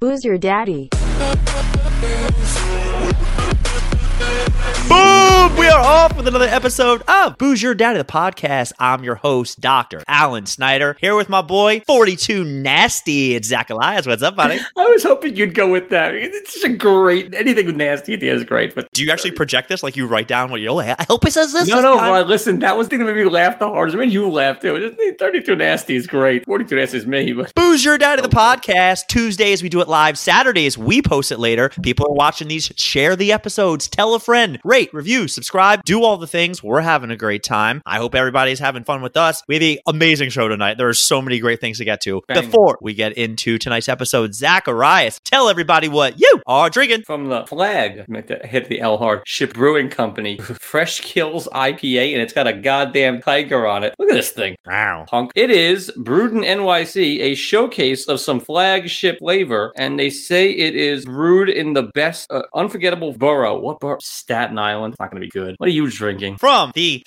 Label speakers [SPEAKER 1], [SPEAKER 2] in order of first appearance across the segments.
[SPEAKER 1] Who's your daddy?
[SPEAKER 2] Boom! We are off with another episode of Booze Your Daddy, the podcast. I'm your host, Dr. Alan Snyder, here with my boy, 42 Nasty. It's Zach Elias. What's up, buddy?
[SPEAKER 3] I was hoping you'd go with that. It's such a great anything with nasty at the end is great. But
[SPEAKER 2] Do you actually project this? Like you write down what you're like, I hope it says this.
[SPEAKER 3] no,
[SPEAKER 2] this
[SPEAKER 3] no.
[SPEAKER 2] time."
[SPEAKER 3] Well, listen, that was the thing that made me laugh the hardest. I mean, you laughed too. Just- Thirty-two nasty is great. Forty-two nasty is me. But
[SPEAKER 2] Booze Your Daddy, the podcast. Tuesdays, we do it live. Saturdays, we post it later. People are watching these. Share the episodes. Tell a friend. Rate, review, subscribe. Do all the things. We're having a great time. I hope everybody's having fun with us. We have an amazing show tonight. There are so many great things to get to.
[SPEAKER 3] Bang.
[SPEAKER 2] Before we get into tonight's episode, Zacharias, tell everybody what you are drinking.
[SPEAKER 3] from the flag, make that hit the L hard. Ship Brewing Company, Fresh Kills IPA, and it's got a goddamn tiger on it. Look at this thing.
[SPEAKER 2] Wow.
[SPEAKER 3] punk. It is Brewed in NYC, a showcase of some flagship flavor, and they say it is brewed in the best, uh, unforgettable borough. What borough? Staten Island. It's not going to be good. What are you drinking?
[SPEAKER 2] From the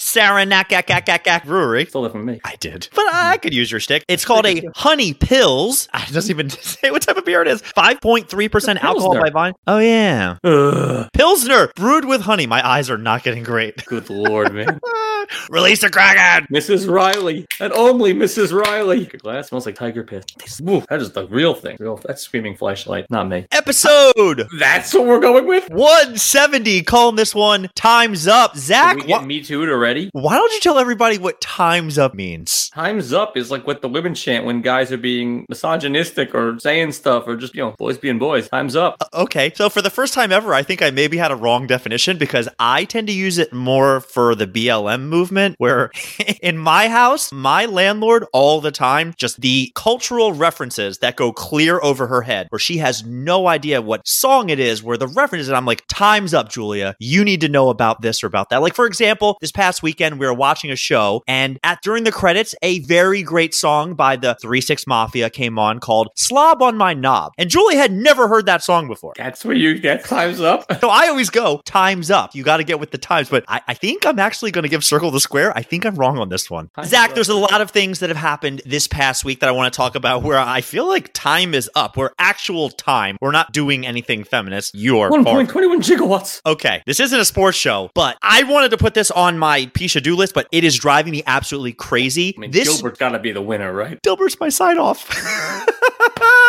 [SPEAKER 2] Saranakakakakak Brewery.
[SPEAKER 3] Stole it from me.
[SPEAKER 2] I did. But I I could use your stick. It's called a Honey Pills. I doesn't even say what type of beer it is. 5.3% alcohol
[SPEAKER 3] Pilsner.
[SPEAKER 2] by volume. Oh, yeah.
[SPEAKER 3] Ugh.
[SPEAKER 2] Pilsner, brewed with honey. My eyes are not getting great.
[SPEAKER 3] Good lord, man.
[SPEAKER 2] Release the Kraken.
[SPEAKER 3] Mrs. Riley, and only Mrs. Riley. Your glass smells like tiger piss. Woo, that is the real thing. Real, that's screaming flashlight, not me.
[SPEAKER 2] Episode
[SPEAKER 3] That's what we're going with.
[SPEAKER 2] 170. Calling this one Time's Up.
[SPEAKER 3] Did
[SPEAKER 2] Zach,
[SPEAKER 3] we
[SPEAKER 2] wh-
[SPEAKER 3] get me too already?
[SPEAKER 2] why don't you tell everybody what Time's Up means?
[SPEAKER 3] Time's up is like what the women chant when guys are being misogynistic or saying stuff or just, you know, boys being boys. Time's up.
[SPEAKER 2] Okay, so for the first time ever, I think I maybe had a wrong definition because I tend to use it more for the BLM movement, where in my house, my landlord all the time, just the cultural references that go clear over her head, where she has no idea what song it is, where the reference is, and I'm like, time's up, Julia. You need to know about this or about that. Like, for example, this past weekend, we were watching a show, and at during the credits, a very great song by the 3 6 Mafia came on called Slob on My Knob. And Julie had never heard that song before.
[SPEAKER 3] That's where you get time's up.
[SPEAKER 2] So I always go, time's up. You got to get with the times. But I, I think I'm actually going to give Circle the Square. I think I'm wrong on this one.
[SPEAKER 3] Time's
[SPEAKER 2] Zach,
[SPEAKER 3] up.
[SPEAKER 2] there's a lot of things that have happened this past week that I want to talk about where I feel like time is up. We're actual time. We're not doing anything feminist. You are far
[SPEAKER 3] 1.21 gigawatts.
[SPEAKER 2] Okay, this isn't a sports show, but I wanted to put this on my Pisha do list, but it is driving me absolutely crazy.
[SPEAKER 3] I mean,
[SPEAKER 2] this
[SPEAKER 3] Gilbert's got to be the winner, right?
[SPEAKER 2] Dilbert's my sign off.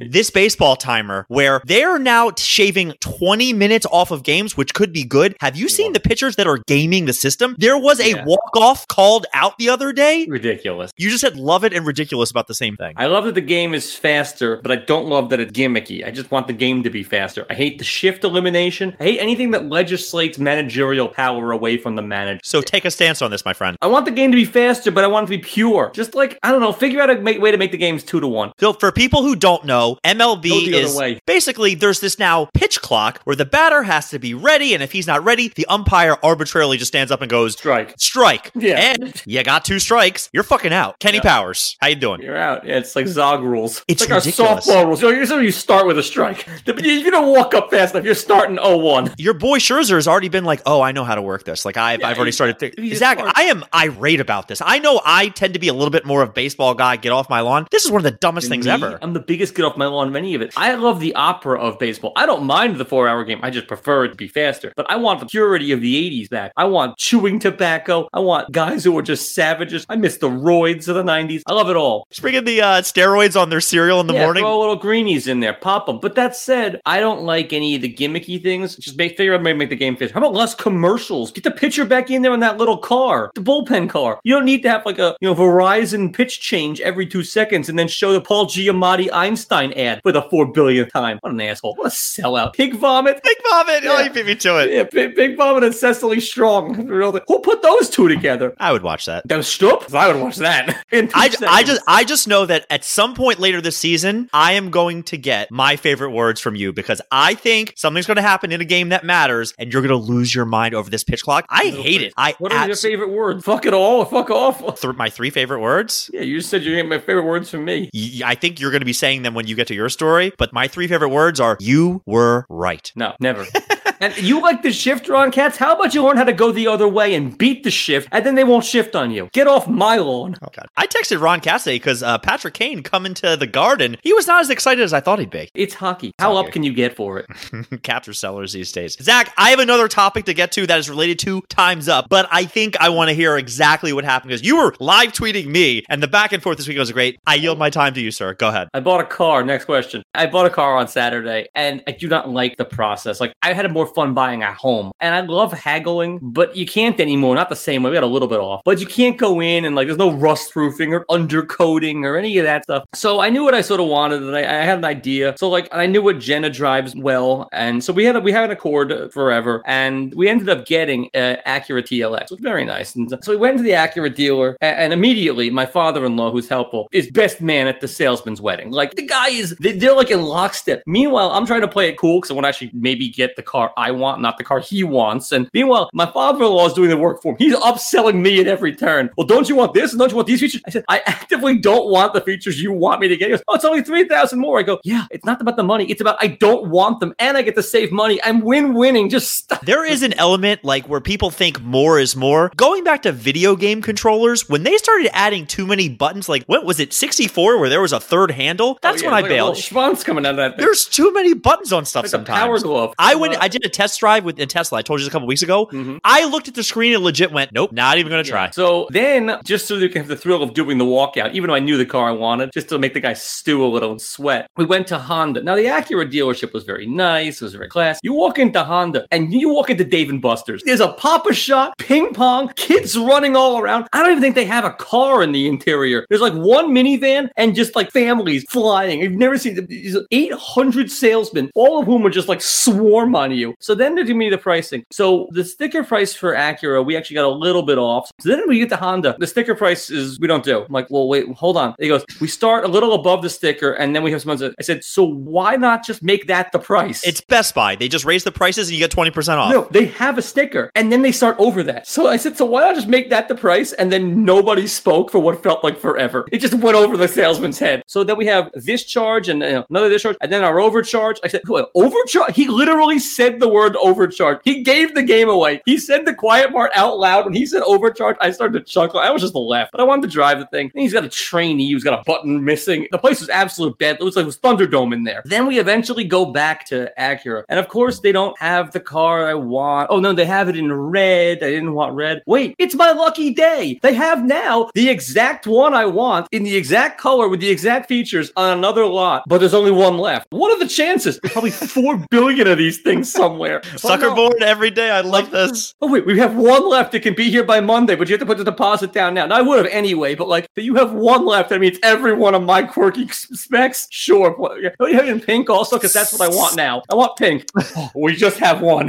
[SPEAKER 2] this baseball timer where they're now shaving 20 minutes off of games, which could be good. Have you seen the pitchers that are gaming the system? There was a
[SPEAKER 3] Yeah.
[SPEAKER 2] walk-off called out the other day.
[SPEAKER 3] Ridiculous.
[SPEAKER 2] You just said love it and ridiculous about the same thing.
[SPEAKER 3] I love that the game is faster, but I don't love that it's gimmicky. I just want the game to be faster. I hate the shift elimination. I hate anything that legislates managerial power away from the manager.
[SPEAKER 2] So take a stance on this, my friend.
[SPEAKER 3] I want the game to be faster, but I want it to be pure. Just like, I don't know, figure out a ma- way to make the games two to one.
[SPEAKER 2] So for people who don't know, MLB
[SPEAKER 3] Go the other
[SPEAKER 2] is
[SPEAKER 3] way.
[SPEAKER 2] basically there's this now pitch clock where the batter has to be ready, and if he's not ready, the umpire arbitrarily just stands up and goes
[SPEAKER 3] Strike.
[SPEAKER 2] strike.
[SPEAKER 3] Yeah.
[SPEAKER 2] and you got two strikes, you're fucking out. Kenny
[SPEAKER 3] Yeah.
[SPEAKER 2] Powers, how you doing?
[SPEAKER 3] You're out. Yeah, it's like Zog rules.
[SPEAKER 2] It's
[SPEAKER 3] like our
[SPEAKER 2] ridiculous.
[SPEAKER 3] softball rules. You know, usually you start with a strike. If you don't walk up fast enough, you're starting 0-1.
[SPEAKER 2] Your boy Scherzer has already been like, "Oh, I know how to work this. Like, I've,
[SPEAKER 3] Yeah,
[SPEAKER 2] I've already
[SPEAKER 3] he's-
[SPEAKER 2] started." Th-
[SPEAKER 3] he's
[SPEAKER 2] Zach,
[SPEAKER 3] smart.
[SPEAKER 2] I am irate about this. I know I tend to be a little bit more of baseball guy. Get off my lawn. This is one of the dumbest things
[SPEAKER 3] Me,
[SPEAKER 2] ever.
[SPEAKER 3] I'm the biggest get off my lawn of any of it. I love the opera of baseball. I don't mind the four hour game. I just prefer it to be faster. But I want the purity of the 80s back. I want chewing tobacco. I want guys who are just savages. I miss the roids of the 90s. I love it all.
[SPEAKER 2] Just bringing the uh, steroids on their cereal in the
[SPEAKER 3] yeah,
[SPEAKER 2] morning.
[SPEAKER 3] Throw little greenies in there, pop them. But that said, I don't like any of the gimmicky things. Just make figure out a way to make the game fit. How about less commercials? Get the pitcher back in there on that little car, the bullpen car. You don't need to have like a you know Verizon pitch change every two seconds and then show the Paul Giamatti Einstein ad for the four billionth time. What an asshole! What a sellout! Pig vomit.
[SPEAKER 2] Big vomit. Oh,
[SPEAKER 3] Yeah.
[SPEAKER 2] you beat me to it.
[SPEAKER 3] Yeah, Pig, Pig vomit and Cecily Strong. Real- Who put those two together?
[SPEAKER 2] I would watch that.
[SPEAKER 3] Them Stoop? I would watch that. In two
[SPEAKER 2] I, ju- I
[SPEAKER 3] seconds.
[SPEAKER 2] just I just know that at some point later this season, I am going to get my favorite words from you because I think something's going to happen in a game that matters, and you're going to lose your mind over this pitch clock. I hate it. I
[SPEAKER 3] What are your
[SPEAKER 2] abso-
[SPEAKER 3] favorite words? Fuck it all. Fuck off.
[SPEAKER 2] th- my three favorite words.
[SPEAKER 3] Yeah, you said you're gonna get my favorite words from me.
[SPEAKER 2] Y- I think you're going to be saying them when you get to your story, but my three favorite words are "you were right."
[SPEAKER 3] No, never. and you like the shifter on cats? How about you learn how to go the other way and beat the shift, and then they won't shift on you? Get off my lawn.
[SPEAKER 2] Oh, God. I texted Ron Cassidy because uh, Patrick Kane coming to the garden. He was not as excited as I thought he'd be.
[SPEAKER 3] It's hockey. How
[SPEAKER 2] hockey.
[SPEAKER 3] up can you get for it?
[SPEAKER 2] Capture sellers these days. Zach, I have another topic to get to that is related to Time's Up, but I think I want to hear exactly what happened because you were live tweeting me and the back and forth this week was great. I yield my time to you, sir. Go ahead.
[SPEAKER 3] I bought a car. Next question. I bought a car on Saturday and I do not like the process. Like, I had more fun buying a home and I love haggling, but you can't anymore. Not the same way. We got a little bit off, but you can't go in and like there's no rust roofing or undercoating or any of that stuff. So I knew what I sort of wanted and I, I had an idea. So, like, and I knew what Jenna drives well. And so we had a, we had an Accord forever and we ended up getting uh, Acura TLX, which was very nice. And so we went to the Acura dealer a- and immediately my father in law, who's helpful, is best man at the salesman's wedding. Like the guy is, they- they're like in lockstep. Meanwhile, I'm trying to play it cool because I want to actually maybe get the car I want, not the car he wants. And meanwhile, my father in law is doing the work for him. He's upselling me at every turn. Well, don't you want this? And don't you want these features? I said, I actively don't want the features you want me to get. He goes, oh, it's only 3000 more. I go, yeah, it's not about the money. It's about I don't want them and I get to save money. I'm win winning. Just stop.
[SPEAKER 2] There is an element like where people think more is more. Going back to video game controllers, when they started adding too many buttons, like what was it, 64, where there was a third handle? That's
[SPEAKER 3] Oh, yeah,
[SPEAKER 2] when I
[SPEAKER 3] like a
[SPEAKER 2] bailed.
[SPEAKER 3] little Schwanz coming out of that. thing.
[SPEAKER 2] There's too many buttons on stuff
[SPEAKER 3] Like a
[SPEAKER 2] sometimes.
[SPEAKER 3] power glove.
[SPEAKER 2] I went. I did a test drive with a Tesla. I told you this a couple weeks ago.
[SPEAKER 3] Mhm.
[SPEAKER 2] I looked at the screen and legit went, "Nope, not even going to try."
[SPEAKER 3] So then, just so you can have the thrill of doing the walkout, even though I knew the car I wanted, just to make the guy stew a little and sweat, we went to Honda. Now, the Acura dealership was very nice, it was very class. You walk into Honda and you walk into Dave and Buster's. There's a Papa Shot, ping pong, kids running all around. I don't even think they have a car in the interior. There's like one minivan and just like families flying. I've never seen these 800 salesmen, all of whom are just like swarm on you. So then they give me the pricing. So the sticker price for Acura, we actually got a little bit off. So then we get to Honda. The sticker price is we don't do. I'm like, well, wait, hold on. He goes, we start a little above the sticker, and then we have someone. Says, I said, so why not just make that the price?
[SPEAKER 2] It's Best Buy. They just raise the prices and you get twenty percent off.
[SPEAKER 3] No, they have a sticker and then they start over that. So I said, so why not just make that the price? And then nobody spoke for what felt like forever. It just went over the salesman's head. So then we have this charge and you know, another this charge and then our overcharge. I said, what, overcharge? He literally said the word overcharge. He gave the game away. He said the quiet part out loud. When he said overcharge, I started to chuckle. I was just laugh, but I wanted to drive the thing. And he's got a trainee who's got a button missing. The place was absolute bad. It was like it was Thunderdome in there. Then we eventually go back to Acura. And of course, they don't have the car I want. Oh, no, they have it in red. I didn't want red. Wait, it's my lucky day. They have now the exact one I want in the exact color with the exact features on another lot, but there's only one left. What are the chances? There's probably 4 billion of these things somewhere.
[SPEAKER 2] Sucker
[SPEAKER 3] Oh, no.
[SPEAKER 2] board every day. I love this.
[SPEAKER 3] Oh wait, we have one left. It can be here by Monday, but you have to put the deposit down now. Now I would have anyway, but like, you have one left. I mean, it's every one of my quirky s- specs. Sure, What- yeah. Oh, you have it in pink also because that's what I want now. I want pink. Oh, we just have one.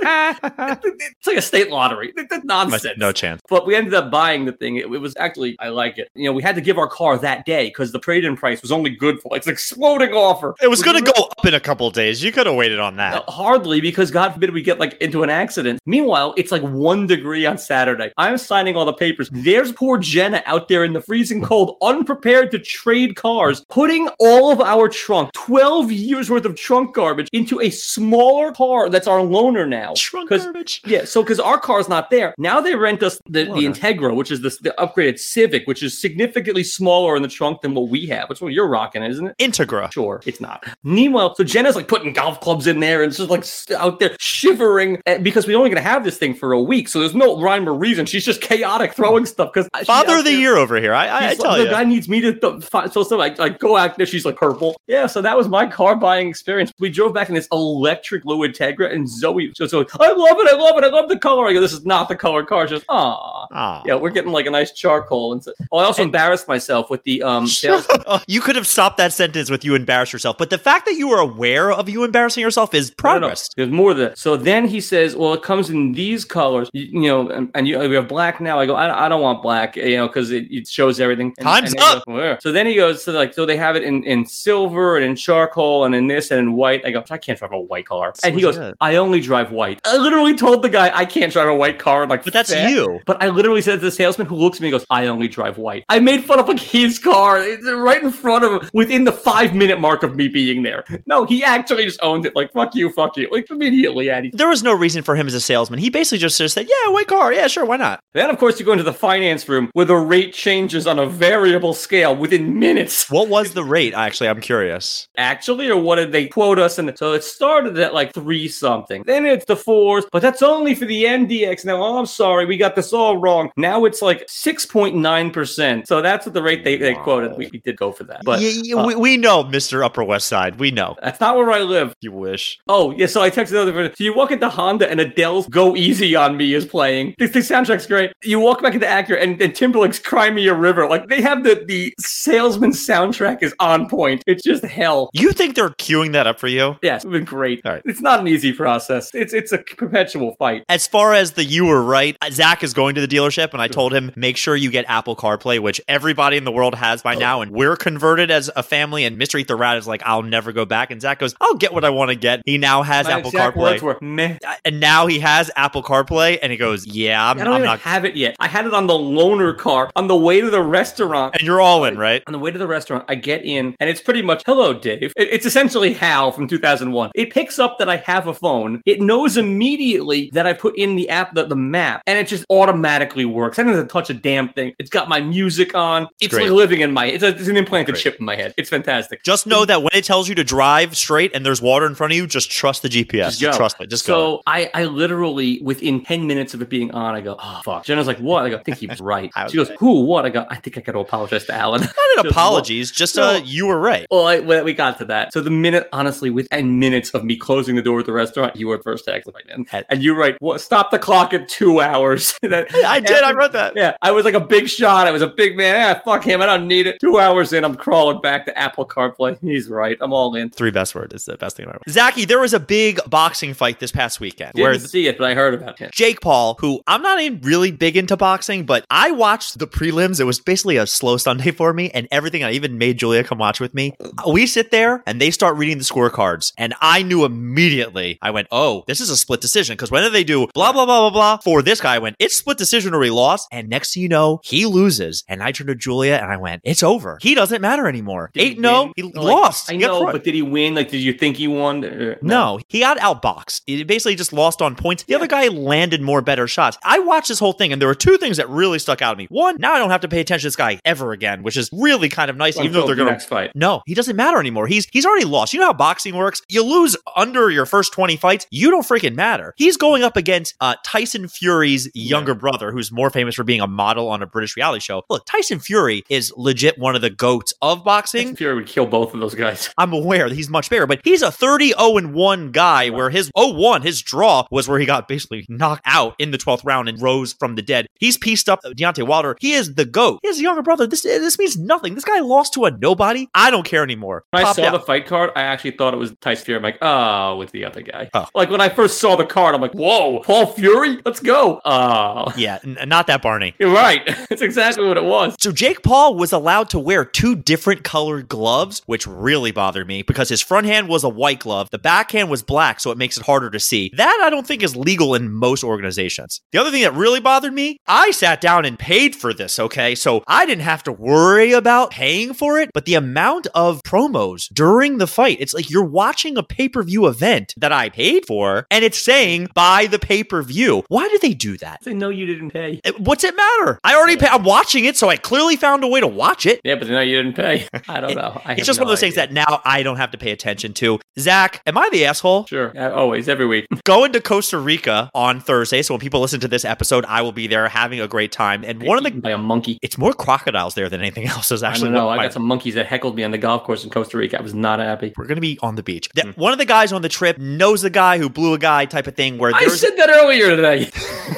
[SPEAKER 3] it's like a state lottery. That- That's nonsense.
[SPEAKER 2] No chance.
[SPEAKER 3] But we ended up buying the thing. It, it was actually, I like it. You know, we had to give our car that day because the trade-in price was only good for like it's an exploding offer.
[SPEAKER 2] It was
[SPEAKER 3] We
[SPEAKER 2] going to go up in a couple days. You could have waited on that.
[SPEAKER 3] uh, hardly because God forbid we get like into an accident. Meanwhile, it's like one degree on Saturday. I'm signing all the papers. There's poor Jenna out there in the freezing cold, unprepared to trade cars, putting all of our trunk, 12 years worth of trunk garbage, into a smaller car that's our loaner now.
[SPEAKER 2] Shrunk
[SPEAKER 3] 'Cause-
[SPEAKER 2] garbage.
[SPEAKER 3] yeah, so because our car's not there now, they rent us the, the
[SPEAKER 2] Loaner.
[SPEAKER 3] Integra, which is the, the upgraded Civic, which is significantly smaller in the trunk than what we have. Which one you're rocking, isn't it?
[SPEAKER 2] Integra.
[SPEAKER 3] Sure, it's not. Meanwhile, so Jenna's like putting golf clubs in there and it's just like st- out there shivering eh, because we're only going to have this thing for a week. So there's no rhyme or reason. She's just chaotic throwing stuff
[SPEAKER 2] Hmm.
[SPEAKER 3] because
[SPEAKER 2] Uh, Father of the year over here. I, I, I tell
[SPEAKER 3] the
[SPEAKER 2] you.
[SPEAKER 3] guy needs me to th- fi- so so like like go out there. She's like purple. Yeah, so that was my car buying experience. We drove back in this electric Lou Integra, and Zoe so so like, I love it, I love it, I love the color. I go, this is not the color car. She goes, ah,
[SPEAKER 2] Aw.
[SPEAKER 3] yeah, we're getting like a nice charcoal. And so, oh, I also embarrassed myself with the um sales
[SPEAKER 2] you could have stopped that sentence with you embarrass yourself, but the fact that you were aware of you embarrassing yourself is
[SPEAKER 3] No, no, no.
[SPEAKER 2] progress.
[SPEAKER 3] There's more than that. So then he says, "Well, it comes in these colors, you, you know, and, and you, we have black now." I go, "I, I don't want black, eh, you know, because it, it shows everything." And,
[SPEAKER 2] Time's
[SPEAKER 3] and they
[SPEAKER 2] up.
[SPEAKER 3] go, "Where?" so then he goes, "So like, so they have it in in silver and in charcoal and in this and in white." I go, "I can't drive a white car."
[SPEAKER 2] So
[SPEAKER 3] And he
[SPEAKER 2] what's
[SPEAKER 3] goes,
[SPEAKER 2] that?
[SPEAKER 3] "I only drive drive white. I literally told the guy I can't drive a white car. I'm like,
[SPEAKER 2] But that's
[SPEAKER 3] "Fat."
[SPEAKER 2] you.
[SPEAKER 3] But I literally said to the salesman who looks at me and goes, I only drive white. I made fun of like his car It's right in front of him within the five minute mark of me being there. No, he actually just owned it. Like, fuck you, fuck you. Like immediately, Addy.
[SPEAKER 2] There was no reason for him as a salesman. He basically just, just said, "Yeah, white car. Yeah, sure, why not?"
[SPEAKER 3] Then of course you go into the finance room where the rate changes on a variable scale within minutes.
[SPEAKER 2] What was the rate? Actually, I'm curious.
[SPEAKER 3] actually, or what did they quote us? And so it started at like three something. Then it's the fours, but that's only for the MDX. Now, oh, I'm sorry, we got this all wrong. Now it's like 6.9%. So that's what the rate they, they quoted. We, we did go for that, but
[SPEAKER 2] Y- y-
[SPEAKER 3] uh,
[SPEAKER 2] we, we know, Mister Upper West Side. We know.
[SPEAKER 3] that's not where I live.
[SPEAKER 2] You wish.
[SPEAKER 3] Oh, yeah. So I texted the other friend. So you walk into Honda and Adele's Go Easy on Me is playing. The, the soundtrack's great. You walk back into Acura and, and Timberlake's Cry Me a River. Like they have the, the salesman soundtrack is on point. It's just hell.
[SPEAKER 2] You think they're queuing that up for you?
[SPEAKER 3] Yes, it's been great.
[SPEAKER 2] All right.
[SPEAKER 3] It's not an easy process. It's it's a perpetual fight.
[SPEAKER 2] As far as the you were right, uh, Zach is going to the dealership, and I told him make sure you get Apple CarPlay, which everybody in the world has
[SPEAKER 3] Oh.
[SPEAKER 2] by now, and we're converted as a family. And Mystery Rat is like, I'll never go back, and Zach goes, I'll get what I want to get. He now has
[SPEAKER 3] My
[SPEAKER 2] Apple
[SPEAKER 3] exact
[SPEAKER 2] CarPlay,
[SPEAKER 3] words were, meh.
[SPEAKER 2] and now he has Apple CarPlay, and he goes, Yeah, I'm,
[SPEAKER 3] I don't
[SPEAKER 2] I'm
[SPEAKER 3] even
[SPEAKER 2] not.
[SPEAKER 3] have it yet. I had it on the loaner car on the way to the restaurant.
[SPEAKER 2] and you're all in, right?
[SPEAKER 3] On the way to the restaurant, I get in, and it's pretty much "Hello, Dave." It- It's essentially Hal from 2001. It picks up that I have a phone. It knows immediately that I put in the app, the, the map, and it just automatically works. I don't have to touch a damn thing. It's got my music on. It's
[SPEAKER 2] great.
[SPEAKER 3] like living in my. It's, a, it's an implanted
[SPEAKER 2] Great.
[SPEAKER 3] chip in my head. It's fantastic.
[SPEAKER 2] Just know that when it tells you to drive straight and there's water in front of you, just trust the GPS.
[SPEAKER 3] Just go.
[SPEAKER 2] trust it. Just go.
[SPEAKER 3] So I, I literally within ten minutes of it being on, I go, oh fuck. Jenna's like, what? I go, I think he was right.
[SPEAKER 2] I was
[SPEAKER 3] she goes,
[SPEAKER 2] right.
[SPEAKER 3] who? What? I go, I think I got to apologize to Alan.
[SPEAKER 2] Not an
[SPEAKER 3] Just
[SPEAKER 2] apologies, just uh,
[SPEAKER 3] No.
[SPEAKER 2] you were right.
[SPEAKER 3] Well, I, when we got to that. So the minute, honestly, within minutes of me closing the door at the restaurant, you were first to exit right then.
[SPEAKER 2] Had-
[SPEAKER 3] And you're right. What, stop the clock at two hours. That-
[SPEAKER 2] I did. I wrote that.
[SPEAKER 3] yeah, I was like a big shot. I was a big man. Ah, fuck him. I don't need it. Two hours in, I'm crawling back to Apple CarPlay. He's right. I'm all in.
[SPEAKER 2] Three best word is the best thing in my world. Zachy, there was a big boxing fight this past weekend
[SPEAKER 3] Didn't
[SPEAKER 2] where
[SPEAKER 3] see it, but I heard about it.
[SPEAKER 2] Jake Paul, who I'm not even really big into boxing, but I watched the prelims. It was basically a slow Sunday for me and everything. I even made Julia come watch with me. We sit there and they start reading the scorecards. And I knew immediately, I went, oh, this is a split decision. Because whether they do blah, blah, blah, blah, blah, for this guy, I went, it's split decision or he lost. And next thing you know, he loses. And I turned to Julia and I went, it's over. He doesn't matter anymore.
[SPEAKER 3] Did he
[SPEAKER 2] 8 no,
[SPEAKER 3] win?
[SPEAKER 2] he
[SPEAKER 3] Like,
[SPEAKER 2] lost.
[SPEAKER 3] I
[SPEAKER 2] He got
[SPEAKER 3] know,
[SPEAKER 2] crushed.
[SPEAKER 3] but did he win? Like, did you think he won? Uh, Or-
[SPEAKER 2] No, he got outboxed. He basically just lost on points. The other guy landed more better shots. I watched this whole thing, and there were two things that really stuck out at me. One, now I don't have to pay attention to this guy ever again, which is really kind of nice,
[SPEAKER 3] Until
[SPEAKER 2] even though they're
[SPEAKER 3] the
[SPEAKER 2] going to.
[SPEAKER 3] next fight.
[SPEAKER 2] No, he doesn't matter anymore. He's he's already lost. You know how boxing works. You lose under your first 20 fights, you don't freaking matter. He's going up against uh, Tyson Fury's younger brother, who's more famous for being a model on a British reality show. Look, Tyson Fury is legit one of the goats of boxing.
[SPEAKER 3] Fury would kill both of those guys.
[SPEAKER 2] I'm aware that he's much bigger, but he's a 30 0 and 1 guy where his 0 1, his draw was where he got basically knocked out in the 12th round and rose from the dead. He's pieced up Deontay Wilder. He is the GOAT. He is a younger brother. This this means nothing. This guy lost to a nobody. I don't care anymore.
[SPEAKER 3] When I
[SPEAKER 2] Popped
[SPEAKER 3] saw
[SPEAKER 2] out.
[SPEAKER 3] the fight card, I actually thought it was Tyson Fury. I'm like, oh, with the other guy.
[SPEAKER 2] Oh.
[SPEAKER 3] Like when I first saw the card, I'm like, whoa, Paul Fury, let's go. Oh,
[SPEAKER 2] yeah, n- not that Barney.
[SPEAKER 3] you're right. That's exactly what it was.
[SPEAKER 2] So Jake Paul was allowed to wear two different colored gloves, which really bothered me because his front hand was a white glove, the back hand was black, so it makes it harder to see. That I don't think is legal in most organizations. The other thing that really bothered me, I sat down and paid for this, okay? So I didn't have to worry about paying for it, but the amount of promos during the fight, it's like you're watching a pay-per-view event that I paid for and it's saying buy the pay-per-view. Why do they do that?
[SPEAKER 3] They know you didn't pay.
[SPEAKER 2] It- What's it matter? I already pay. I'm watching it, so I clearly found a way to watch it.
[SPEAKER 3] Yeah, but they know you didn't pay. I don't know. I
[SPEAKER 2] It's just one of those things that now I don't have to pay attention to. Zach, am I the asshole?
[SPEAKER 3] Sure, Uh, always, every week.
[SPEAKER 2] Going to Costa Rica on Thursday. So when people listen to this episode, I will be there having a great time. And one of
[SPEAKER 3] Eaten
[SPEAKER 2] the
[SPEAKER 3] by a monkey.
[SPEAKER 2] it's more crocodiles there than anything else. Is
[SPEAKER 3] I
[SPEAKER 2] actually
[SPEAKER 3] don't know.
[SPEAKER 2] one of
[SPEAKER 3] I
[SPEAKER 2] my-
[SPEAKER 3] got some monkeys that heckled me on the golf course in Costa Rica. I was not happy.
[SPEAKER 2] we're gonna be on the beach.
[SPEAKER 3] Hmm.
[SPEAKER 2] That One of the guys on the trip knows the guy who blew a guy, type of thing. Where
[SPEAKER 3] I
[SPEAKER 2] there's
[SPEAKER 3] said that earlier today.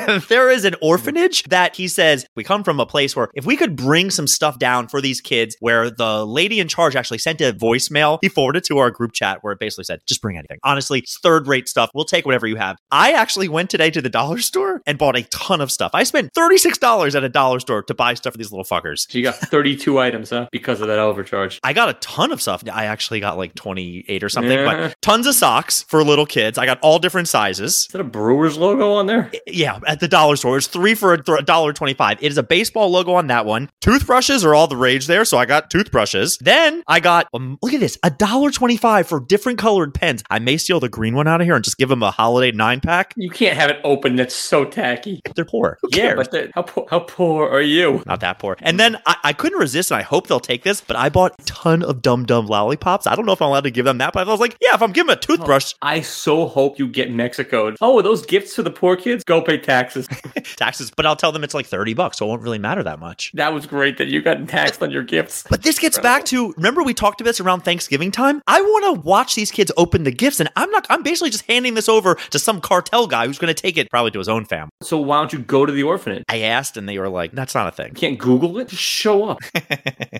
[SPEAKER 2] there is an orphanage that he says we come from a place where if we could bring some stuff down for these kids where the lady in charge actually sent a voicemail he forwarded to our group chat where it basically said just bring anything honestly it's third rate stuff we'll take whatever you have i actually went today to the dollar store and bought a ton of stuff i spent $36 at a dollar store to buy stuff for these little fuckers
[SPEAKER 3] So you got 32 items, huh? Because of that overcharge.
[SPEAKER 2] I got a ton of stuff. I actually got like 28 or something,
[SPEAKER 3] Yeah.
[SPEAKER 2] but tons of socks for little kids. I got all all different sizes.
[SPEAKER 3] Is that a Brewers logo on there?
[SPEAKER 2] Yeah, at the dollar store, it's three for a th- $1.25. It is a baseball logo on that one. Toothbrushes are all the rage there, so I got toothbrushes. Then I got, um, look at this, $1.25 for different colored pens. I may steal the green one out of here and just give them a holiday nine pack.
[SPEAKER 3] You can't have it open. That's so tacky.
[SPEAKER 2] They're poor. Who
[SPEAKER 3] Yeah,
[SPEAKER 2] cares?
[SPEAKER 3] but the- how poor, how poor are you?
[SPEAKER 2] not that poor. And then I, I couldn't resist, and I hope they'll take this, but I bought a ton of Dum Dum lollipops. I don't know if I'm allowed to give them that, but I was like, yeah, if I'm giving a toothbrush,
[SPEAKER 3] I so hope you get Mexico. Oh, are those gifts to the poor kids? Go pay taxes.
[SPEAKER 2] taxes, but I'll tell them it's like 30 bucks, so it won't really matter that much.
[SPEAKER 3] that was great that you got taxed on your gifts.
[SPEAKER 2] But this gets back to remember we talked about this around Thanksgiving time. I want to watch these kids open the gifts, and I'm not. I'm basically just handing this over to some cartel guy who's going to take it probably to his own family.
[SPEAKER 3] So why don't you go to the orphanage?
[SPEAKER 2] I asked, and they were like, "That's not a thing."
[SPEAKER 3] You can't Google it. Just show up.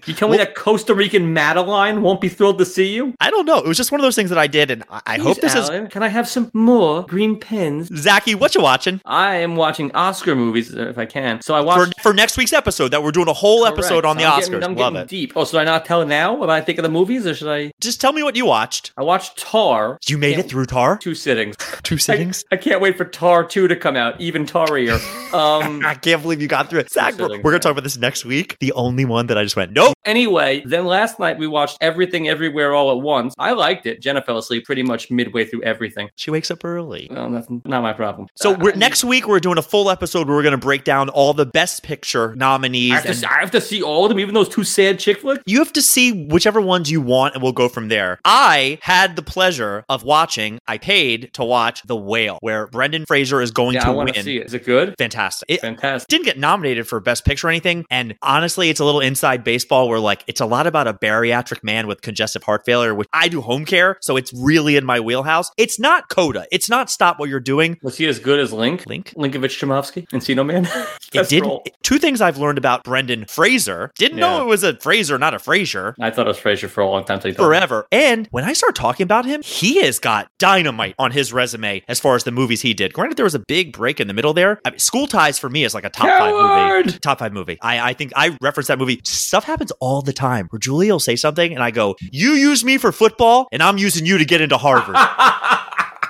[SPEAKER 3] You tell me that Costa Rican Madeline won't be thrilled to see you?
[SPEAKER 2] I don't know. It was just one of those things that I did, and I, I hope this
[SPEAKER 3] is. Can I have some more green pens?
[SPEAKER 2] is Zachy. What you watching?
[SPEAKER 3] I am watching Oscar movies uh, if I can. So I
[SPEAKER 2] For,
[SPEAKER 3] watched.
[SPEAKER 2] for next week's episode, that we're doing a whole episode
[SPEAKER 3] Correct.
[SPEAKER 2] on the
[SPEAKER 3] I'm
[SPEAKER 2] Oscars.
[SPEAKER 3] getting- I'm
[SPEAKER 2] Love
[SPEAKER 3] getting
[SPEAKER 2] it.
[SPEAKER 3] Deep. Oh, should I not tell now what I think of the movies, or should I?
[SPEAKER 2] Just tell me what you watched.
[SPEAKER 3] I watched Tar
[SPEAKER 2] You made it through Tar
[SPEAKER 3] two sittings.
[SPEAKER 2] two
[SPEAKER 3] I,
[SPEAKER 2] sittings.
[SPEAKER 3] I can't wait for Tar two to come out, even tarrier. Um.
[SPEAKER 2] I can't believe you got through it. Zach, we're,
[SPEAKER 3] sittings,
[SPEAKER 2] we're gonna
[SPEAKER 3] yeah.
[SPEAKER 2] talk about this next week. The only one that I just went, nope.
[SPEAKER 3] Anyway, then last night we watched Everything Everywhere All at Once. I liked it. Jenna fell asleep pretty much midway through everything.
[SPEAKER 2] She wakes up early.
[SPEAKER 3] Well, that's not my problem.
[SPEAKER 2] So
[SPEAKER 3] Uh,
[SPEAKER 2] we're, next week we're doing a full episode where we're going to break down all the best picture nominees.
[SPEAKER 3] I have,
[SPEAKER 2] and
[SPEAKER 3] to, I have to see all of them, even those two sad chick flicks.
[SPEAKER 2] you have to see whichever ones you want, and we'll go from there. I had the pleasure of watching. I paid to watch The Whale, where Brendan Fraser is going
[SPEAKER 3] Yeah,
[SPEAKER 2] to
[SPEAKER 3] I
[SPEAKER 2] win.
[SPEAKER 3] want to see it. Is it good?
[SPEAKER 2] Fantastic. It
[SPEAKER 3] Fantastic.
[SPEAKER 2] didn't get nominated for best picture or anything and honestly it's a little inside baseball where like it's a lot about a bariatric man with congestive heart failure which i do home care so it's really in my wheelhouse it's not coda it's not stop what you're doing
[SPEAKER 3] Was he as good as Link?
[SPEAKER 2] link
[SPEAKER 3] Linkovich Chumovsky? Encino Man?
[SPEAKER 2] it
[SPEAKER 3] That's
[SPEAKER 2] did
[SPEAKER 3] Kroll.
[SPEAKER 2] two things I've learned about Brendan Fraser. Didn't know
[SPEAKER 3] Yeah.
[SPEAKER 2] it was a Fraser, not a Fraser.
[SPEAKER 3] I thought it was Frasier for a long time. till you told me.
[SPEAKER 2] Forever. And when I start talking about him, he has got dynamite on his resume as far as the movies he did. Granted, there was a big break in the middle there. I mean, School Ties for me is like a top five movie.
[SPEAKER 3] Coward!
[SPEAKER 2] Top five movie. I, I think I reference that movie. Stuff happens all the time where Julia will say something and I go, You use me for football and I'm using you to get into Harvard.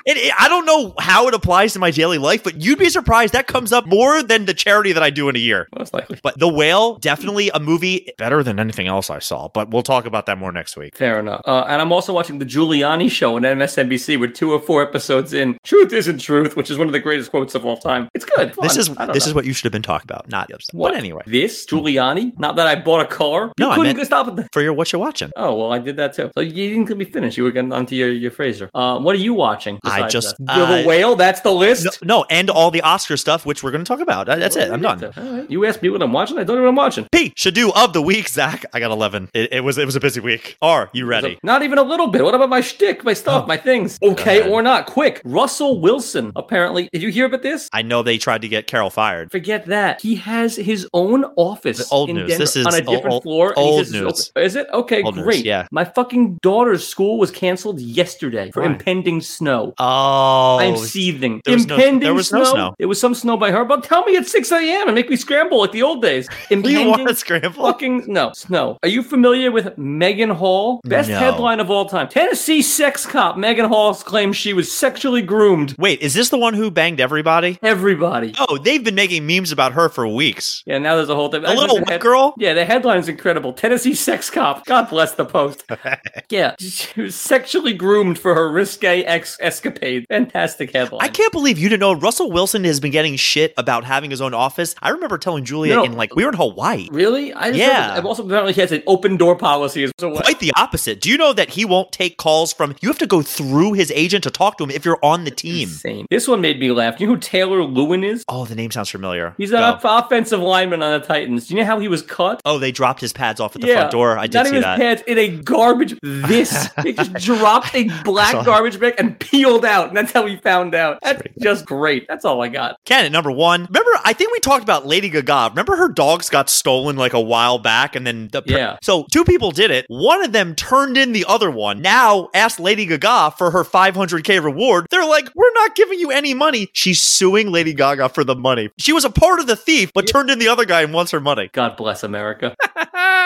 [SPEAKER 2] It, it- I don't know how it applies to my daily life, but you'd be surprised that comes up more than the charity that I do in a year.
[SPEAKER 3] Most likely.
[SPEAKER 2] But The Whale, definitely a movie better than anything else I saw. But we'll talk about that more next week.
[SPEAKER 3] Fair enough. Uh, and I'm also watching the Giuliani show on MSNBC. We're two or four episodes in. Truth isn't truth, which is one of the greatest quotes of all time. It's good.
[SPEAKER 2] This
[SPEAKER 3] Fun.
[SPEAKER 2] is
[SPEAKER 3] I don't
[SPEAKER 2] this
[SPEAKER 3] know.
[SPEAKER 2] is what you should have been talking about, not the other stuff. But anyway,
[SPEAKER 3] This Giuliani? Not that I bought a car.
[SPEAKER 2] No,
[SPEAKER 3] you
[SPEAKER 2] I
[SPEAKER 3] couldn't
[SPEAKER 2] meant-
[SPEAKER 3] get stop at that.
[SPEAKER 2] for your what you're watching,
[SPEAKER 3] Oh well, I did that too. So you didn't let me finish. You were getting onto your your Fraser. Uh, what are you watching?
[SPEAKER 2] I
[SPEAKER 3] besides
[SPEAKER 2] just-
[SPEAKER 3] that? the,
[SPEAKER 2] I-
[SPEAKER 3] whale. That's the list.
[SPEAKER 2] no, no, and all the Oscar stuff, which we're going to talk about. Uh, That's it. I'm done.
[SPEAKER 3] All right. You asked me what I'm watching. I don't know what I'm watching.
[SPEAKER 2] P should do of the week, Zach. I got eleven. It, it was it was a busy week. R, you ready?
[SPEAKER 3] Not even a little bit. What about my shtick, my stuff,
[SPEAKER 2] Oh.
[SPEAKER 3] my things?
[SPEAKER 2] ahead.
[SPEAKER 3] Okay or not? Quick. Russell Wilson. Apparently, did you hear about this?
[SPEAKER 2] I know they tried to get Carol fired.
[SPEAKER 3] Forget that. He has his own office.
[SPEAKER 2] The old
[SPEAKER 3] in
[SPEAKER 2] news.
[SPEAKER 3] Denver
[SPEAKER 2] This is
[SPEAKER 3] on a
[SPEAKER 2] old-
[SPEAKER 3] different
[SPEAKER 2] old-
[SPEAKER 3] floor. and he
[SPEAKER 2] old
[SPEAKER 3] says it's
[SPEAKER 2] news.
[SPEAKER 3] open. Is it okay?
[SPEAKER 2] Old news,
[SPEAKER 3] great.
[SPEAKER 2] yeah.
[SPEAKER 3] My fucking daughter's school was canceled yesterday for
[SPEAKER 2] Why?
[SPEAKER 3] impending snow.
[SPEAKER 2] Oh,
[SPEAKER 3] I'm seething.
[SPEAKER 2] there was no-
[SPEAKER 3] impending
[SPEAKER 2] there was
[SPEAKER 3] snow.
[SPEAKER 2] no snow.
[SPEAKER 3] It was some snow by her, but tell me at 6 a.m. and make me scramble like the old days.
[SPEAKER 2] do you want
[SPEAKER 3] Impending
[SPEAKER 2] to scramble?
[SPEAKER 3] fucking no snow. Are you familiar with Megan Hall? Best
[SPEAKER 2] No.
[SPEAKER 3] headline of all time. Tennessee sex cop Megan Hall claims she was sexually groomed.
[SPEAKER 2] Wait, is this the one who banged everybody?
[SPEAKER 3] Everybody.
[SPEAKER 2] Oh, they've been making memes about her for weeks.
[SPEAKER 3] Yeah, now there's a whole thing.
[SPEAKER 2] A little white girl.
[SPEAKER 3] Yeah, the headline's incredible. Tennessee sex cop. God bless the post. yeah, she was sexually groomed for her risque ex- escapade. Fantastic headline.
[SPEAKER 2] I can't believe you didn't know Russell Wilson has been getting shit about having his own office. I remember telling Julia
[SPEAKER 3] No.
[SPEAKER 2] in like we were in Hawaii.
[SPEAKER 3] Really? I just
[SPEAKER 2] Yeah.
[SPEAKER 3] I've also apparently he has an open door policy as well.
[SPEAKER 2] Quite the opposite. Do you know that he won't take calls from you have to go through his agent to talk to him if you're on the team.
[SPEAKER 3] Insane. This one made me laugh. Do you know who Taylor Lewin is?
[SPEAKER 2] Oh, the name sounds familiar.
[SPEAKER 3] He's
[SPEAKER 2] Go.
[SPEAKER 3] an op- offensive lineman on the Titans. Do you know how he was cut?
[SPEAKER 2] Oh, they dropped his pads off at the front door. I did
[SPEAKER 3] not
[SPEAKER 2] see
[SPEAKER 3] even
[SPEAKER 2] that.
[SPEAKER 3] his pants in a garbage. This they just dropped a
[SPEAKER 2] saw that.
[SPEAKER 3] black garbage bag and peeled out, and that's how we found out. That's just great. That's all I got.
[SPEAKER 2] Ken at number one. Remember, I think we talked about Lady Gaga. Remember her dogs got stolen like a while back, and then the per-
[SPEAKER 3] Yeah.
[SPEAKER 2] So two people did it. One of them turned in the other one. Now asked Lady Gaga for her 500k reward. They're like, we're not giving you any money. She's suing Lady Gaga for the money. She was a part of the thief, but turned in the other guy and wants her money.
[SPEAKER 3] God bless America.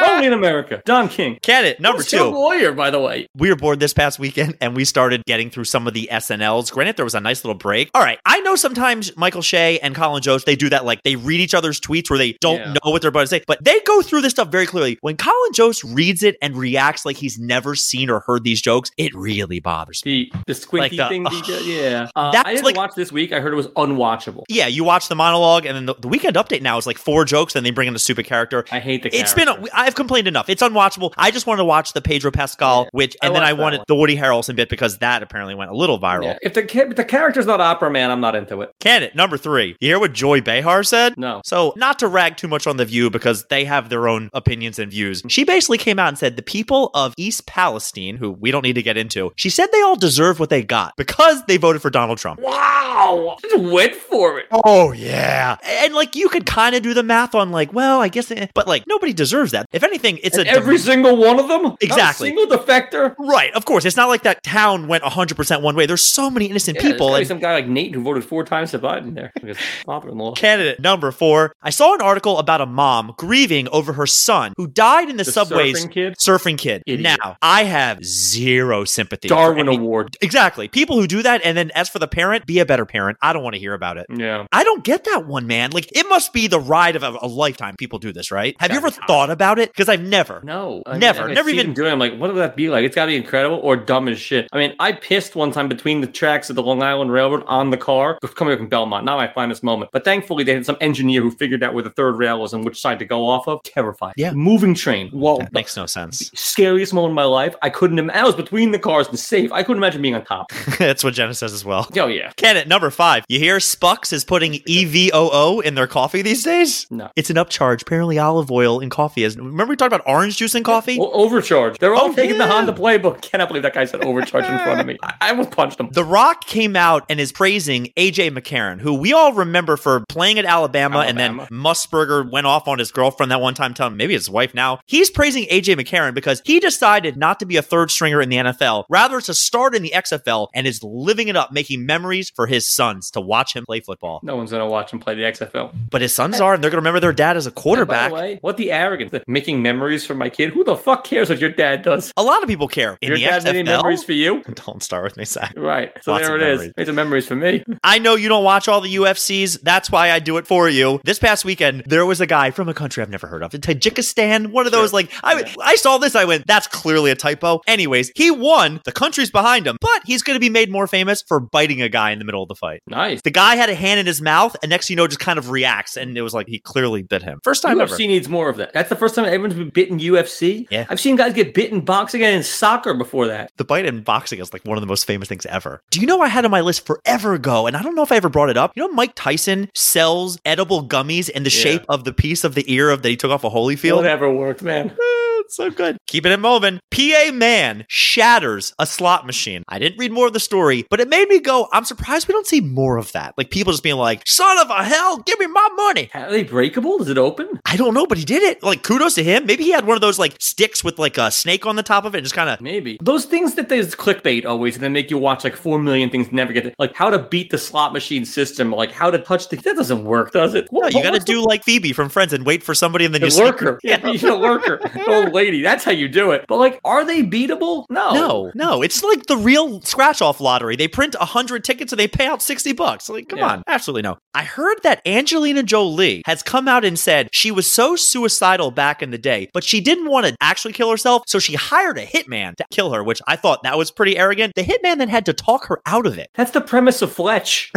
[SPEAKER 3] only in America. Don King.
[SPEAKER 2] Get it. Number
[SPEAKER 3] Who's
[SPEAKER 2] two.
[SPEAKER 3] Tom Lawyer, by the way.
[SPEAKER 2] We were bored this past weekend and we started getting through some of the SNLs. Granted, there was a nice little break. All right. I know sometimes Michael Shea and Colin Jost, they do that like they read each other's tweets where they don't
[SPEAKER 3] Yeah.
[SPEAKER 2] know what they're about to say, but they go through this stuff very clearly. When Colin Jost reads it and reacts like he's never seen or heard these jokes, it really bothers me.
[SPEAKER 3] The the squinty
[SPEAKER 2] Like the-
[SPEAKER 3] thing. he did, yeah. Uh,
[SPEAKER 2] That's
[SPEAKER 3] I didn't
[SPEAKER 2] like-
[SPEAKER 3] watch this week. I heard it was unwatchable.
[SPEAKER 2] Yeah, you watch the monologue and then the, the weekend update now is like four jokes and they bring in a stupid character.
[SPEAKER 3] I hate the.
[SPEAKER 2] It's been. A,
[SPEAKER 3] character.
[SPEAKER 2] I've complained enough. It's unwatchable. I just wanted to watch the Pedro Pascal,
[SPEAKER 3] Yeah.
[SPEAKER 2] which,
[SPEAKER 3] I
[SPEAKER 2] and then I
[SPEAKER 3] watched that
[SPEAKER 2] wanted
[SPEAKER 3] one.
[SPEAKER 2] the Woody Harrelson bit because that apparently went a little viral.
[SPEAKER 3] Yeah. If the ca- if the character's not opera man, I'm not into it.
[SPEAKER 2] Can it? Number three. You hear what Joy Behar said?
[SPEAKER 3] No.
[SPEAKER 2] So, not to rag too much on The View because they have their own opinions and views. She basically came out and said the people of East Palestine, who we don't need to get into, she said they all deserve what they got because they voted for Donald Trump.
[SPEAKER 3] Wow. Just went for it.
[SPEAKER 2] Oh, yeah. And like, you could kind of do the math on like, well, I guess, eh, but like, nobody deserves that. If anything, it's
[SPEAKER 3] And
[SPEAKER 2] a.
[SPEAKER 3] every single one of them. Not a
[SPEAKER 2] Exactly.
[SPEAKER 3] single defector.
[SPEAKER 2] Right, of course. It's not like that town went 100% one way. There's so many innocent
[SPEAKER 3] Yeah,
[SPEAKER 2] people.
[SPEAKER 3] there's gotta be
[SPEAKER 2] and-
[SPEAKER 3] some guy like Nate who voted four times to Biden there. His father-in-law.
[SPEAKER 2] Candidate number four. I saw an article about a mom grieving over her son who died in the,
[SPEAKER 3] The
[SPEAKER 2] subways.
[SPEAKER 3] surfing kid?
[SPEAKER 2] Surfing kid.
[SPEAKER 3] Idiot.
[SPEAKER 2] Now, I have zero sympathy. for
[SPEAKER 3] Darwin
[SPEAKER 2] any-
[SPEAKER 3] Award.
[SPEAKER 2] Exactly. People who do that. And then as for the parent, be a better parent. I don't want to hear about it.
[SPEAKER 3] Yeah.
[SPEAKER 2] I don't get that one, man. Like, it must be the ride of a, a lifetime. People do this, right? Have you ever
[SPEAKER 3] Gotta be.
[SPEAKER 2] thought about it? Because I've never.
[SPEAKER 3] No, I
[SPEAKER 2] Never,
[SPEAKER 3] I
[SPEAKER 2] never
[SPEAKER 3] see
[SPEAKER 2] even-
[SPEAKER 3] them doing. it, I'm like, what would that be like? It's got to be incredible or dumb as shit. I mean, I pissed one time between the tracks of the Long Island Railroad on the car coming up from Belmont. Not my finest moment, but thankfully they had some engineer who figured out where the third rail was and which side to go off of. Terrifying.
[SPEAKER 2] Yeah.
[SPEAKER 3] moving train. Well,
[SPEAKER 2] That makes no sense.
[SPEAKER 3] scariest moment of my life. I couldn't. Im- I was between the cars and safe. I couldn't imagine being on top.
[SPEAKER 2] That's what Jenna says as well.
[SPEAKER 3] oh yeah.
[SPEAKER 2] Candidate number five. You hear Spucks is putting E EVOO in their coffee these days?
[SPEAKER 3] No.
[SPEAKER 2] It's an upcharge. Apparently, olive oil in coffee is. Remember, we talked about orange juice in coffee?
[SPEAKER 3] O- overcharge. They're all
[SPEAKER 2] Oh,
[SPEAKER 3] taking
[SPEAKER 2] yeah.
[SPEAKER 3] the Honda playbook. Cannot believe that guy said overcharge in front of me. I, I almost punched him.
[SPEAKER 2] The Rock came out and is praising AJ McCarron, who we all remember for playing at Alabama, and then
[SPEAKER 3] Alabama.
[SPEAKER 2] Musburger went off on his girlfriend that one time, telling maybe his wife now. He's praising AJ McCarron because he decided not to be a third stringer in the NFL, rather to start in the XFL and is living it up, making memories for his sons to watch him play football.
[SPEAKER 3] No one's gonna watch him play the XFL.
[SPEAKER 2] But his sons are, and they're going to remember their dad as a
[SPEAKER 3] By the
[SPEAKER 2] quarterback.
[SPEAKER 3] way, what the arrogance. The making memories for my kid. Who the fuck cares what your dad does?
[SPEAKER 2] A lot of people care in
[SPEAKER 3] your
[SPEAKER 2] the
[SPEAKER 3] dad made any memories
[SPEAKER 2] XFL.
[SPEAKER 3] for you?
[SPEAKER 2] Don't start with me, Zach.
[SPEAKER 3] Right. So
[SPEAKER 2] Lots
[SPEAKER 3] there
[SPEAKER 2] of
[SPEAKER 3] it is.
[SPEAKER 2] memories.
[SPEAKER 3] Made some memories for me.
[SPEAKER 2] I know you don't watch all the UFCs. That's why I do it for you. This past weekend, there was a guy from a country I've never heard of, Tajikistan. One of those,
[SPEAKER 3] Sure.
[SPEAKER 2] like, I,
[SPEAKER 3] Yeah.
[SPEAKER 2] I saw this, I went, that's clearly a typo. Anyways, he won. The country's behind him, but he's going to be made more famous for biting a guy in the middle of the fight.
[SPEAKER 3] Nice.
[SPEAKER 2] The guy had a hand in his mouth, and next thing you know, just kind of reacts, and it was like he clearly bit him. First time ever.
[SPEAKER 3] UFC needs more of that. That's the first time everyone's been bitten UFC.
[SPEAKER 2] Yeah.
[SPEAKER 3] I've seen guys get bitten boxing and in soccer before that.
[SPEAKER 2] the bite in boxing is like one of the most famous things ever. Do you know I had on my list forever ago, and I don't know if I ever brought it up. You know, Mike Tyson sells edible gummies in the
[SPEAKER 3] Yeah.
[SPEAKER 2] shape of the piece of the ear of that he took off a Holyfield.
[SPEAKER 3] Whatever worked, man.
[SPEAKER 2] Ah, it's so good. Keeping it moving. PA man shatters a slot machine. I didn't read more of the story, but it made me go. I'm surprised we don't see more of that. Like people just being like, "Son of a hell, give me my money."
[SPEAKER 3] Are they breakable? Is it open?
[SPEAKER 2] I don't know, but he did it. Like kudos to him. Maybe he had one of those like sticks with like a snake on the top of it, and just kind of
[SPEAKER 3] Maybe. Those things that they clickbait always and then make you watch like 4 million things never get to, like how to beat the slot machine system, like how to touch the. That doesn't work, does it?
[SPEAKER 2] No,
[SPEAKER 3] What-
[SPEAKER 2] you
[SPEAKER 3] what
[SPEAKER 2] got to
[SPEAKER 3] was the
[SPEAKER 2] do like Phoebe from Friends and wait for somebody and then you
[SPEAKER 3] The
[SPEAKER 2] sneak-
[SPEAKER 3] worker. Yeah, he's a worker. The old lady. That's how you do it. But like, are they beatable? No.
[SPEAKER 2] No, no, it's like the real scratch off lottery. They print 100 tickets and they pay out 60 bucks. Like, come
[SPEAKER 3] Yeah.
[SPEAKER 2] on. Absolutely no. I heard that Angelina Jolie has come out and said she was so suicidal back in the day, but she didn't want to actually kill herself. So she hired a hitman to kill her, which I thought that was pretty arrogant. The hitman then had to talk her out of it.
[SPEAKER 3] That's the premise of Fletch.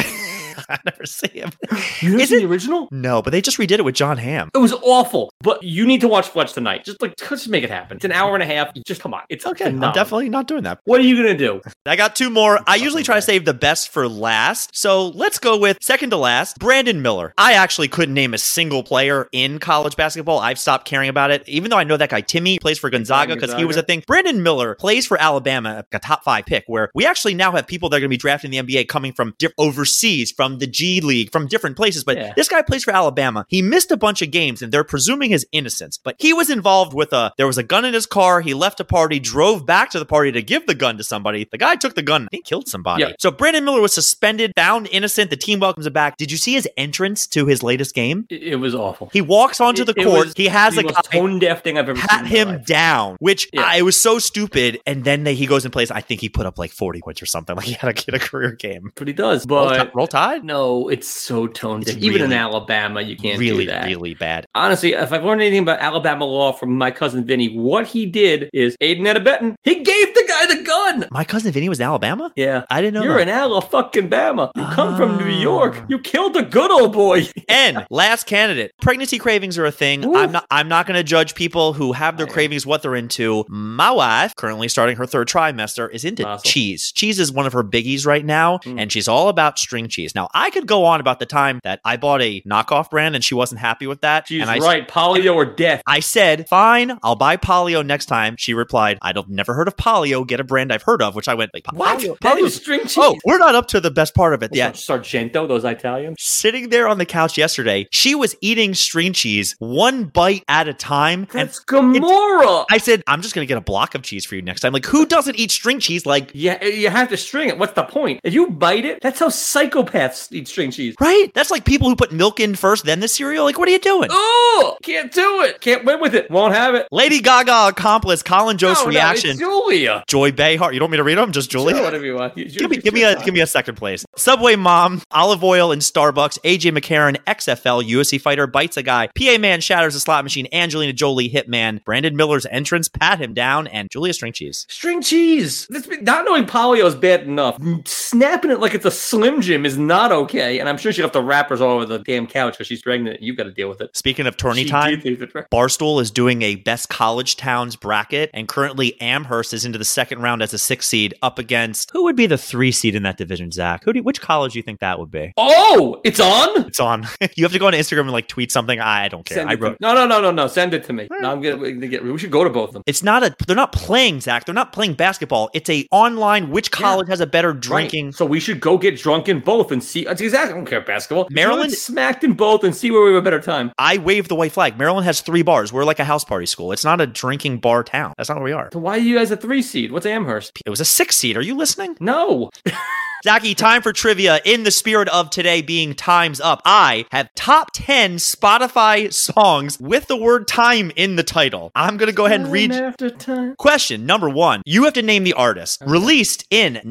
[SPEAKER 2] I never see him.
[SPEAKER 3] You
[SPEAKER 2] Is
[SPEAKER 3] Is
[SPEAKER 2] it-
[SPEAKER 3] the original?
[SPEAKER 2] No, but they just redid it with John Hamm.
[SPEAKER 3] It was awful. But you need to watch Fletch tonight. Just like, just make it happen. It's an hour and a half. You Just come on. It's
[SPEAKER 2] Okay,
[SPEAKER 3] phenomenal.
[SPEAKER 2] I'm definitely not doing that.
[SPEAKER 3] What are you gonna do?
[SPEAKER 2] I got two more. I usually try to save the best for last. So let's go with second to last, Brandon Miller. I actually couldn't name a single player in college basketball. I've stopped caring about it, even though I know that guy Timmy plays for Gonzaga because he was a thing. Brandon Miller plays for Alabama, a top five pick, where we actually now have people that are going to be drafting the NBA coming from diff- overseas, from the G League, from different places. But
[SPEAKER 3] Yeah.
[SPEAKER 2] this guy plays for Alabama. He missed a bunch of games, and they're presuming his innocence. But he was involved with a there was a gun in his car. He left a party, drove back to the party to give the gun to somebody. The guy took the gun. He killed somebody.
[SPEAKER 3] Yeah.
[SPEAKER 2] So Brandon Miller was suspended, found innocent. The team welcomes him back. Did you see his entrance to his latest game?
[SPEAKER 3] It, it was awful.
[SPEAKER 2] He walks onto
[SPEAKER 3] It-
[SPEAKER 2] the
[SPEAKER 3] it
[SPEAKER 2] court.
[SPEAKER 3] was
[SPEAKER 2] He has
[SPEAKER 3] the
[SPEAKER 2] a guy
[SPEAKER 3] most tone deaf thing I've ever seen.
[SPEAKER 2] pat
[SPEAKER 3] in my
[SPEAKER 2] him
[SPEAKER 3] life.
[SPEAKER 2] down, which
[SPEAKER 3] Yeah.
[SPEAKER 2] I was so stupid. And then they, he goes and plays. I think he put up like forty points or something. Like he had a, he had a career game.
[SPEAKER 3] But he does.
[SPEAKER 2] Roll, Ti-
[SPEAKER 3] But
[SPEAKER 2] roll tide.
[SPEAKER 3] no, it's so tone
[SPEAKER 2] It's
[SPEAKER 3] deaf. Even in
[SPEAKER 2] really-
[SPEAKER 3] Alabama, you can't
[SPEAKER 2] really,
[SPEAKER 3] do that.
[SPEAKER 2] really bad.
[SPEAKER 3] Honestly, if I've learned anything about Alabama law from my cousin Vinny, what he did is Aiden Betton. he gave the guy the gun.
[SPEAKER 2] My cousin Vinny was in Alabama.
[SPEAKER 3] Yeah.
[SPEAKER 2] I didn't know.
[SPEAKER 3] You're
[SPEAKER 2] that.
[SPEAKER 3] an Ala fucking Bama. You come from New York.
[SPEAKER 2] Ah.
[SPEAKER 3] You killed a good old boy.
[SPEAKER 2] N last candidate. Pregnancy cravings are a thing.
[SPEAKER 3] Ooh.
[SPEAKER 2] I'm not I'm not going to judge people who have their
[SPEAKER 3] I am.
[SPEAKER 2] cravings what they're into. My wife, currently starting her third trimester, is into
[SPEAKER 3] Mazel.
[SPEAKER 2] cheese. Cheese is one of her biggies right now,
[SPEAKER 3] Mm.
[SPEAKER 2] and she's all about string cheese. Now, I could go on about the time that I bought a knockoff brand and she wasn't happy with that,
[SPEAKER 3] She's
[SPEAKER 2] and I
[SPEAKER 3] right. Polio or death.
[SPEAKER 2] I said, "Fine, I'll buy polio next time." She replied, "I'd have never heard of polio. Get a brand I've heard of." Which I went, "Like
[SPEAKER 3] What?
[SPEAKER 2] polio?
[SPEAKER 3] That
[SPEAKER 2] polio-
[SPEAKER 3] is string cheese.
[SPEAKER 2] Oh, we're not up to the best part of it
[SPEAKER 3] What's
[SPEAKER 2] yet
[SPEAKER 3] that, Sargento, those Italians.
[SPEAKER 2] sitting there on the couch yesterday, she was eating string cheese one bite at a time. And
[SPEAKER 3] That's Gamora.
[SPEAKER 2] I said, I'm just going to get a block of cheese for you next time. Like, who doesn't eat string cheese? Like,
[SPEAKER 3] Yeah, you have to string it. What's the point? If you bite it, that's how psychopaths eat string cheese.
[SPEAKER 2] right? That's like people who put milk in first, then the cereal. Like, what are you doing?
[SPEAKER 3] Oh, can't do it. Can't win with it. Won't have it.
[SPEAKER 2] Lady Gaga accomplice Colin Jost
[SPEAKER 3] no,
[SPEAKER 2] reaction.
[SPEAKER 3] No, it's Julia.
[SPEAKER 2] Joy Behar. You don't want me to read them? Just Julie?
[SPEAKER 3] Sure, whatever you want. You-
[SPEAKER 2] Give me,
[SPEAKER 3] you-
[SPEAKER 2] give me a give me a second place. Subway mom, olive oil and Starbucks. AJ McCarron, XFL UFC fighter bites a guy. PA man shatters a slot machine. Angelina Jolie hitman. Brandon Miller's entrance pat him down. And Julia string cheese.
[SPEAKER 3] String cheese. That's been- not knowing polio is bad enough. Snapping it like it's a Slim Jim is not okay. And I'm sure she'll have to wrappers all over the damn couch because she's pregnant. You got to deal with it.
[SPEAKER 2] Speaking of tourney
[SPEAKER 3] She
[SPEAKER 2] time,
[SPEAKER 3] did do the-
[SPEAKER 2] Barstool is doing a best college towns bracket, and currently Amherst is into the second round as a six seed up against who would be the three seed in that division, Zach? Who do you, which college do you think that would be?
[SPEAKER 3] Oh, it's on?
[SPEAKER 2] It's on. you have to go on Instagram and like tweet something. I don't care.
[SPEAKER 3] Send
[SPEAKER 2] I
[SPEAKER 3] it to me.
[SPEAKER 2] wrote. Hmm.
[SPEAKER 3] No, no, no, no, no. Send it to me. No, I'm going to get. We should go to both of them.
[SPEAKER 2] It's not a. They're not playing Zach. They're not playing basketball. It's a online. Which college has a better
[SPEAKER 3] Right.
[SPEAKER 2] drinking?
[SPEAKER 3] So we should go get drunk in both and see. That's exactly. I don't care basketball. We should
[SPEAKER 2] Maryland-
[SPEAKER 3] get smacked in both and see where we have a better time.
[SPEAKER 2] I wave the white flag. Maryland has three bars. We're like a house party school. It's not a drinking bar town. That's not where we are.
[SPEAKER 3] So why are you guys a three seed? What's Amherst?
[SPEAKER 2] It was a six seed. Are you listening?
[SPEAKER 3] No.
[SPEAKER 2] Zaki, time for trivia. In the spirit of today being time's up, I have top 10 Spotify songs with the word time in the title. I'm going to go ahead and read.
[SPEAKER 3] Time after time.
[SPEAKER 2] Question number one. You have to name the artist. Released in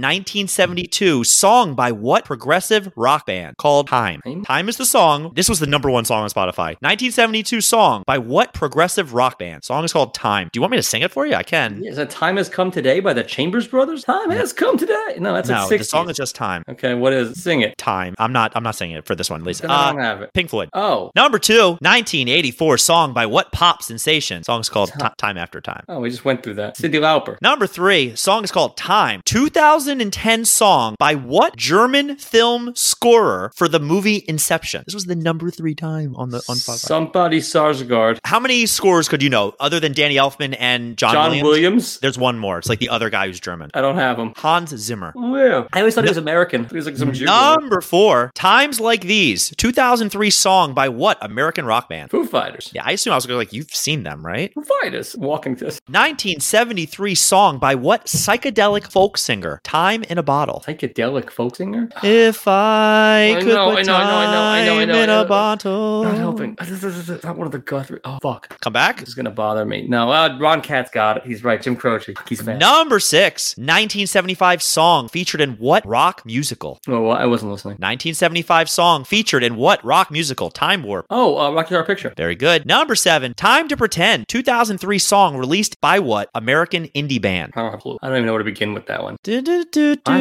[SPEAKER 2] 1972, song by what progressive rock band called Time?
[SPEAKER 3] Time?
[SPEAKER 2] Time is the song. This was the number one song on Spotify. 1972 song by what progressive rock band? Song is called Time. Do you want me to sing it for you? I can.
[SPEAKER 3] Is that "Time Has Come Today" by the Chambers Brothers? Time has come today. No, that's
[SPEAKER 2] No,
[SPEAKER 3] a six.
[SPEAKER 2] the song is just Time.
[SPEAKER 3] okay, what is it? Sing it.
[SPEAKER 2] Time. I'm not. I'm not singing it for this one, Lisa.
[SPEAKER 3] Then I
[SPEAKER 2] Uh,
[SPEAKER 3] don't have it.
[SPEAKER 2] Pink Floyd.
[SPEAKER 3] Oh,
[SPEAKER 2] Number two, 1984 song by what pop sensation? Song's called Ti- Time After Time.
[SPEAKER 3] oh, we just went through that. Cindy Lauper.
[SPEAKER 2] Number three, song is called Time. 2010 song by what German film scorer for the movie Inception? This was the number three time on the on Spotify.
[SPEAKER 3] Somebody Sarsgaard.
[SPEAKER 2] How many scores could you know other than Danny Elfman and John,
[SPEAKER 3] John
[SPEAKER 2] Williams?
[SPEAKER 3] Williams.
[SPEAKER 2] There's one more. It's like the other guy who's German.
[SPEAKER 3] I don't have him.
[SPEAKER 2] Hans Zimmer.
[SPEAKER 3] Where? I always thought he was American. He was like some Jew.
[SPEAKER 2] Number four, Times Like These, 2003 song by what American rock band?
[SPEAKER 3] Foo Fighters.
[SPEAKER 2] Yeah, I assume I was going to like, you've seen them, right?
[SPEAKER 3] Foo Fighters. Walking this.
[SPEAKER 2] 1973 song by what psychedelic folk singer? Time in a Bottle.
[SPEAKER 3] psychedelic folk singer?
[SPEAKER 2] If I
[SPEAKER 3] I
[SPEAKER 2] could
[SPEAKER 3] know,
[SPEAKER 2] put
[SPEAKER 3] I know, I know, I know, I know, I
[SPEAKER 2] time
[SPEAKER 3] know, I
[SPEAKER 2] in
[SPEAKER 3] know.
[SPEAKER 2] a bottle.
[SPEAKER 3] Not helping.
[SPEAKER 2] Oh.
[SPEAKER 3] This is this is not one of the Guthrie. Oh fuck!
[SPEAKER 2] Come back.
[SPEAKER 3] This is gonna bother me. No, uh, Ron Katz got it. He's right. Jim Croce. He's fast.
[SPEAKER 2] Number six, 1975 song featured in what rock musical?
[SPEAKER 3] Oh, well, I wasn't listening.
[SPEAKER 2] 1975 song featured in what rock musical? Time Warp.
[SPEAKER 3] Oh, uh, Rocky Horror Picture.
[SPEAKER 2] Very good. Number seven, Time to Pretend, 2003 song released by what American indie band?
[SPEAKER 3] I don't have a clue. Oh, I don't even know where to begin with that one. Oh,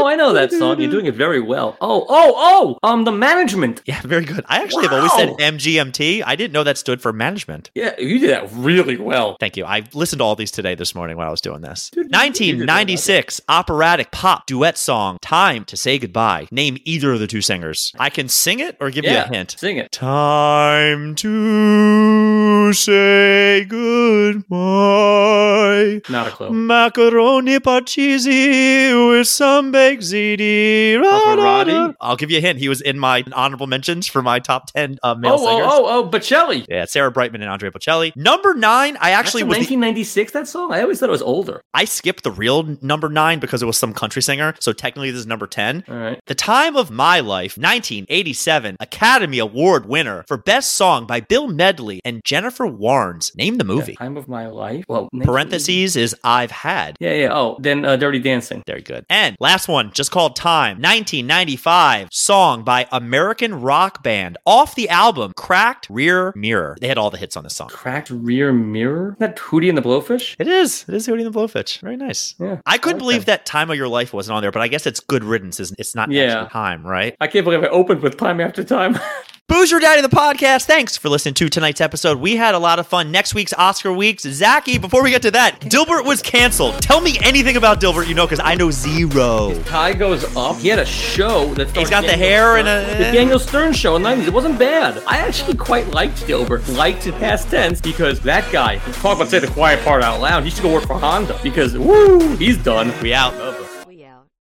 [SPEAKER 2] Oh,
[SPEAKER 3] I know that song. You're doing it very well. Oh, oh, oh! Um, the management.
[SPEAKER 2] Yeah, very good. I actually have always said
[SPEAKER 3] Wow.
[SPEAKER 2] MGMT. I didn't know that stood for management.
[SPEAKER 3] Yeah, you did that really well.
[SPEAKER 2] Thank you. I listened to all these today this morning while I was doing this.
[SPEAKER 3] Dude, you did a good job.
[SPEAKER 2] Six, operatic pop duet song, Time to Say Goodbye. Name either of the two singers. I can sing it or give
[SPEAKER 3] yeah,
[SPEAKER 2] you a hint.
[SPEAKER 3] sing it.
[SPEAKER 2] Time to say goodbye.
[SPEAKER 3] Not a
[SPEAKER 2] Mm.
[SPEAKER 3] clue.
[SPEAKER 2] Macaroni parcheesi with some baked ziti. Ra, ra, ra.
[SPEAKER 3] Pavarotti?
[SPEAKER 2] I'll give you a hint. He was in my honorable mentions for my top 10 uh, male
[SPEAKER 3] Oh,
[SPEAKER 2] singers.
[SPEAKER 3] oh, oh, oh, Bocelli.
[SPEAKER 2] Yeah, Sarah Brightman and Andre Bocelli. Number nine, I actually
[SPEAKER 3] Actually,
[SPEAKER 2] was. the-
[SPEAKER 3] 1996. That song. I always thought it was older.
[SPEAKER 2] I skipped the real number nine because it was some country singer. So technically, this is number 10.
[SPEAKER 3] All right.
[SPEAKER 2] The Time of My Life, 1987, Academy Award winner for Best Song by Bill Medley and Jennifer Warnes. Name the movie.
[SPEAKER 3] Time of my life. Well, 1980.
[SPEAKER 2] Parentheses is I've Had.
[SPEAKER 3] Yeah, yeah. Oh, then uh, Dirty Dancing.
[SPEAKER 2] Very good. And last one, just called Time, 1995, song by American rock band off the album Cracked Rear Mirror. They had all the hits on this song.
[SPEAKER 3] Cracked rear mirror. Isn't that Hootie and the Blowfish.
[SPEAKER 2] It is. It is Hootie and the Blowfish. Very nice.
[SPEAKER 3] Yeah.
[SPEAKER 2] I couldn't
[SPEAKER 3] like
[SPEAKER 2] believe
[SPEAKER 3] that.
[SPEAKER 2] that Time of Your Life wasn't on there, but I guess it's good riddance. Isn't It's not
[SPEAKER 3] Yeah.
[SPEAKER 2] actually time, right?
[SPEAKER 3] I can't believe I opened with time after time.
[SPEAKER 2] Booze Your Daddy, the podcast. Thanks for listening to tonight's episode. We had a lot of fun. Next week's Oscar weeks. Zachy, before we get to that, Dilbert was canceled. Tell me anything about Dilbert you know, because I know zero.
[SPEAKER 3] Ty goes up. He had a show that
[SPEAKER 2] He's got the hair and
[SPEAKER 3] the
[SPEAKER 2] a.
[SPEAKER 3] Daniel Stern show in the 90s. It wasn't bad. I actually quite liked Dilbert, liked it past tense because that guy, talk about say the quiet part out loud, he should go work for Honda because, woo, he's done.
[SPEAKER 2] We out.
[SPEAKER 3] Love him.